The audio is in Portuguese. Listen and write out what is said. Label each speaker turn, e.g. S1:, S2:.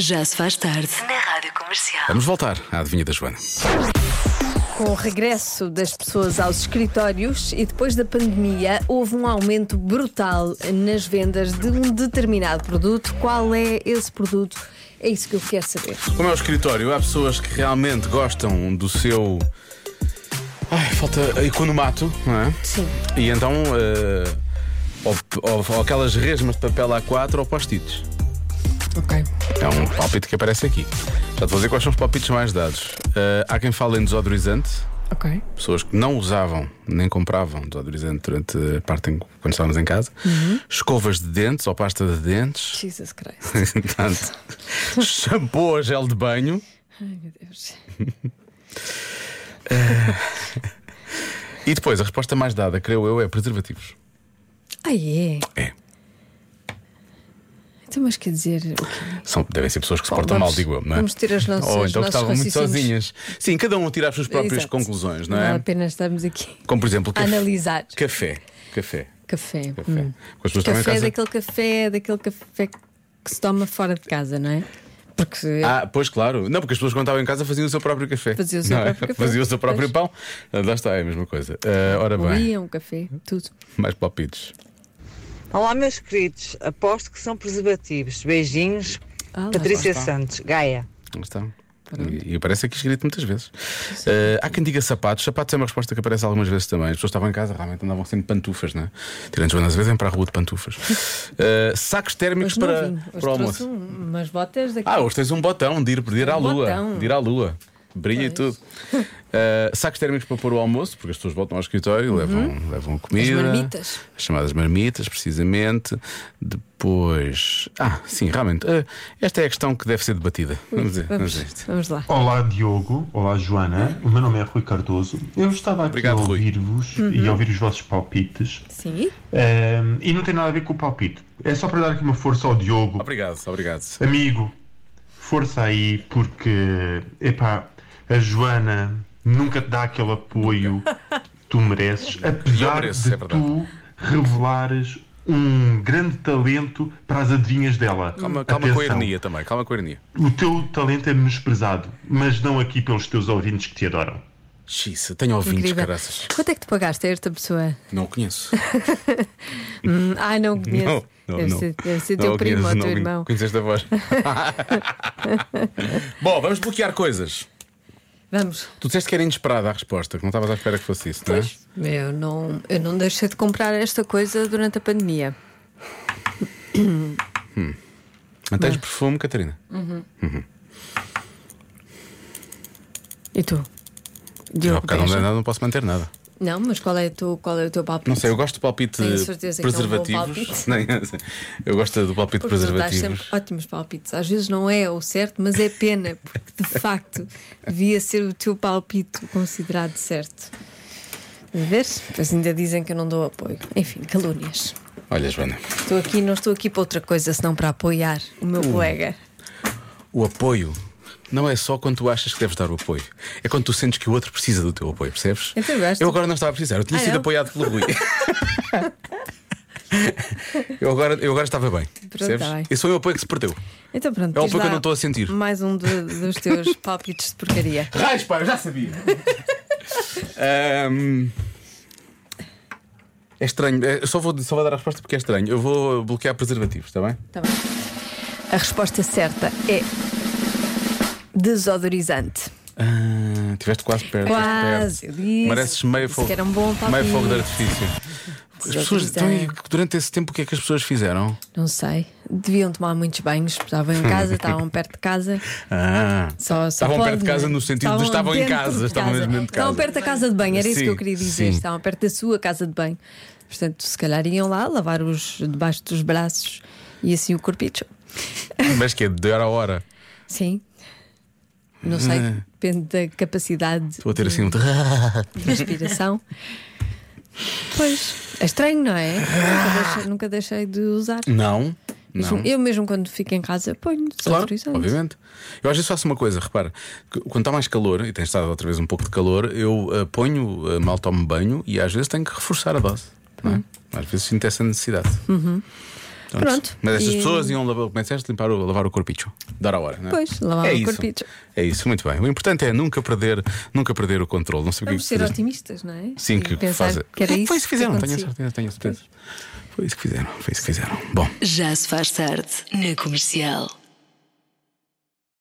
S1: Já se faz tarde.
S2: na Rádio Comercial.
S3: Vamos voltar à adivinha da Joana.
S4: Com o regresso das pessoas aos escritórios e depois da pandemia, houve um aumento brutal nas vendas de um determinado produto. Qual é esse produto? É isso que eu quero saber.
S3: Como é o escritório, há pessoas que realmente gostam do seu. Ai, falta economato, não é?
S4: Sim.
S3: E então. eh, ou, ou- ou aquelas resmas de papel A4 ou post-its.
S4: Ok.
S3: É um palpite que aparece aqui. Já te vou dizer quais são os palpites mais dados. Eh, há quem fale em desodorizante,
S4: Ok.
S3: pessoas que não usavam nem compravam desodorizante durante a parte em, que- quando estávamos em casa. Escovas de dentes ou pasta de dentes.
S4: Jesus Christ.
S3: Tanto. Shampoo ou gel de banho.
S4: Ai meu Deus.
S3: E depois, a resposta mais dada, creio eu, é preservativos.
S4: Ai é.
S3: É.
S4: Então, mas quer dizer. o quê?
S3: São, devem ser pessoas que se
S4: Bom,
S3: portam mal,
S4: vamos-
S3: digo eu, não é?
S4: vamos ter as nossas-
S3: Ou então
S4: nossos
S3: que estavam muito
S4: raciocínios.
S3: sozinhas. Sim, cada um a tirar as suas próprias
S4: Exato.
S3: conclusões, não
S4: Vale
S3: é?
S4: a pena estarmos aqui
S3: Como, por exemplo,
S4: a
S3: café.
S4: analisar.
S3: Café. Café.
S4: Café.
S3: Café.
S4: Hum.
S3: Com as pessoas que estão em
S4: Café
S3: casa.
S4: daquele café, daquele café que se toma fora de casa, não é? Porque
S3: Ah, pois claro. Não, porque as pessoas quando estavam em casa faziam o seu próprio café.
S4: Faziam o seu
S3: Não é?
S4: próprio café.
S3: Faziam o seu próprio pão. Ah, Lá está, é a mesma coisa. Ah, ora bem,
S4: moíam é um café, tudo.
S3: mais palpites.
S5: Olá, meus queridos. Aposto que são preservativos. Beijinhos.
S4: Ah, lá
S5: Patrícia Santos, Gaia.
S3: Lá está. E e aparece aqui escrito muitas vezes. Ah, há quem diga sapatos. Sapatos é uma resposta que aparece algumas vezes também. As pessoas estavam em casa, realmente andavam sendo pantufas, não é? Tirando Joana, às vezes vêm para a rua de pantufas. Ah, sacos térmicos
S4: Hoje não
S3: para,
S4: vim. Hoje
S3: para o
S4: trouxe
S3: almoço.
S4: um- umas botas daqui.
S3: Ah, hoje tens um botão de ir, de ir à lua.
S4: botão.
S3: De ir à lua. Brilha e tudo.
S4: Pois.
S3: Ah, sacos térmicos para pôr o almoço, porque as pessoas voltam ao escritório, levam, levam comida.
S4: Uhum. As marmitas.
S3: As chamadas marmitas, precisamente. Depois. Ah, sim, realmente. ah, esta é a questão que deve ser debatida. Vamos dizer, vamos dizer isto.
S4: Vamos lá.
S6: Olá Diogo, olá Joana, o meu nome é Rui Cardoso. Eu estava aqui
S3: Hum? Obrigado,
S6: a
S3: Rui.
S6: ouvir-vos e a ouvir os vossos palpites.
S4: Sim.
S6: Ahm, e não tem nada a ver com o palpite. É só para dar aqui uma força ao Diogo.
S3: Obrigado, obrigado.
S6: Amigo, força aí, porque epá, a Joana nunca te dá aquele apoio que tu mereces, apesar
S3: mereço,
S6: de
S3: é verdade.
S6: tu revelares um grande talento para as adivinhas dela.
S3: Calma, calma com a
S6: Atenção.
S3: ironia também, calma com a ironia.
S6: O teu talento é menosprezado, mas não aqui pelos teus ouvintes que te adoram.
S3: Xis, tenho ouvintes,
S4: Incrível.
S3: caraças.
S4: Quanto é que te pagaste a esta pessoa?
S3: Não o conheço.
S4: Hum, Ah, não conheço.
S3: Não, não,
S4: deve,
S3: não.
S4: Ser, deve ser
S3: Não
S4: teu
S3: o
S4: primo
S3: conheço,
S4: ou
S3: não
S4: teu
S3: o
S4: irmão.
S3: Conheces esta voz. Bom, vamos bloquear coisas.
S4: Vamos.
S3: Tu disseste que era inesperada a resposta, que não estavas à espera que fosse isso, não é?
S4: Pois, eu não, eu não deixei de comprar esta coisa durante a pandemia.
S3: Mantens Então perfume, Catarina?
S4: E tu?
S3: Eu
S4: Diogo
S3: há bocado não,
S4: Beja?
S3: dei um nada, não posso manter nada.
S4: Não, mas qual é, o teu- qual é o teu palpite?
S3: Não sei, eu gosto do palpite
S4: Tenho certeza que é um bom
S3: preservativos. Nem- eu gosto do palpite
S4: Porque tu dás sempre
S3: preservativos.
S4: ótimos palpites. Às vezes não é o certo, mas é pena, porque de facto devia ser o teu palpite considerado certo. Vês? Pois ainda dizem que eu não dou apoio. Enfim, calúnias.
S3: Olha, Joana,
S4: Estou aqui, não estou aqui para outra coisa senão para apoiar o
S3: Uh.
S4: meu colega.
S3: o apoio. Não é só quando tu achas que deves dar o apoio. É quando tu sentes que o outro precisa do teu apoio, percebes?
S4: Então eu gosto.
S3: Eu agora não estava a precisar, eu tinha
S4: Ah,
S3: sido
S4: não?
S3: apoiado pelo Rui. eu, agora, eu agora estava bem. Percebes?
S4: tá bem.
S3: Esse foi o apoio que se perdeu.
S4: Então pronto,
S3: É um
S4: diz
S3: apoio que eu
S4: lá
S3: não estou a sentir.
S4: Mais um do- dos teus palpites de porcaria.
S3: Raios, pá, eu já sabia. Ahm, É estranho, É, eu só vou, só vou dar a resposta porque é estranho. Eu vou bloquear preservativos, está bem?
S4: Tá bem. A resposta certa é desodorizante.
S3: Ah, tiveste quase perto.
S4: Quase,
S3: perto.
S4: eu disse.
S3: Mereces meio
S4: Disse
S3: fogo.
S4: que era um bom palpite.
S3: meio fogo de artifício. As pessoas, então, e durante esse tempo, o que é que as pessoas fizeram?
S4: Não sei. Deviam tomar muitos banhos. Estavam em casa, estavam perto de casa.
S3: Ah,
S4: Só, só
S3: estavam
S4: pode,
S3: perto de
S4: não é?
S3: casa no sentido de estavam em
S4: dentro
S3: casa,
S4: de
S3: estavam mesmo dentro de casa.
S4: Estavam perto da casa de banho, era isso
S3: Sim,
S4: que eu queria dizer.
S3: sim.
S4: Estavam perto da sua casa de banho. Portanto, se calhar iam lá lavar os debaixo dos braços e assim o corpicho.
S3: Mas que é de hora a hora.
S4: Sim. Não sei,
S3: Hum.
S4: depende da capacidade
S3: Estou a ter assim um.
S4: de respiração. pois, é estranho, não é? Nunca deixei, nunca deixei de usar.
S3: Não, não.
S4: Eu mesmo quando fico em casa ponho
S3: Claro,
S4: desodorizante.
S3: obviamente. Eu às vezes faço uma coisa, repara, que quando está mais calor, e tem estado outra vez um pouco de calor, eu ah, ponho, ah, mal
S4: Uhum.
S3: tomo banho e às vezes tenho que reforçar a dose. não é? Às vezes sinto essa necessidade.
S4: Pronto.
S3: Mas estas
S4: E-
S3: pessoas iam lavar, começaste a limpar o, lavar o corpicho. Dar a hora, não é?
S4: Pois, lavar
S3: é
S4: o
S3: isso.
S4: corpicho.
S3: É isso, muito bem. O importante é nunca perder, nunca perder o controle. Não sei o que é
S4: Vamos
S3: que
S4: ser
S3: fizeste.
S4: otimistas, não é?
S3: Sim,
S4: E
S3: que
S4: pensar
S3: fazem.
S4: que era
S3: É,
S4: isso
S3: foi isso que fizeram, tenho a
S4: acontecia.
S3: certeza, tenho a certeza. Foi isso que fizeram, foi isso que fizeram. Bom.
S1: Já se faz tarde na comercial.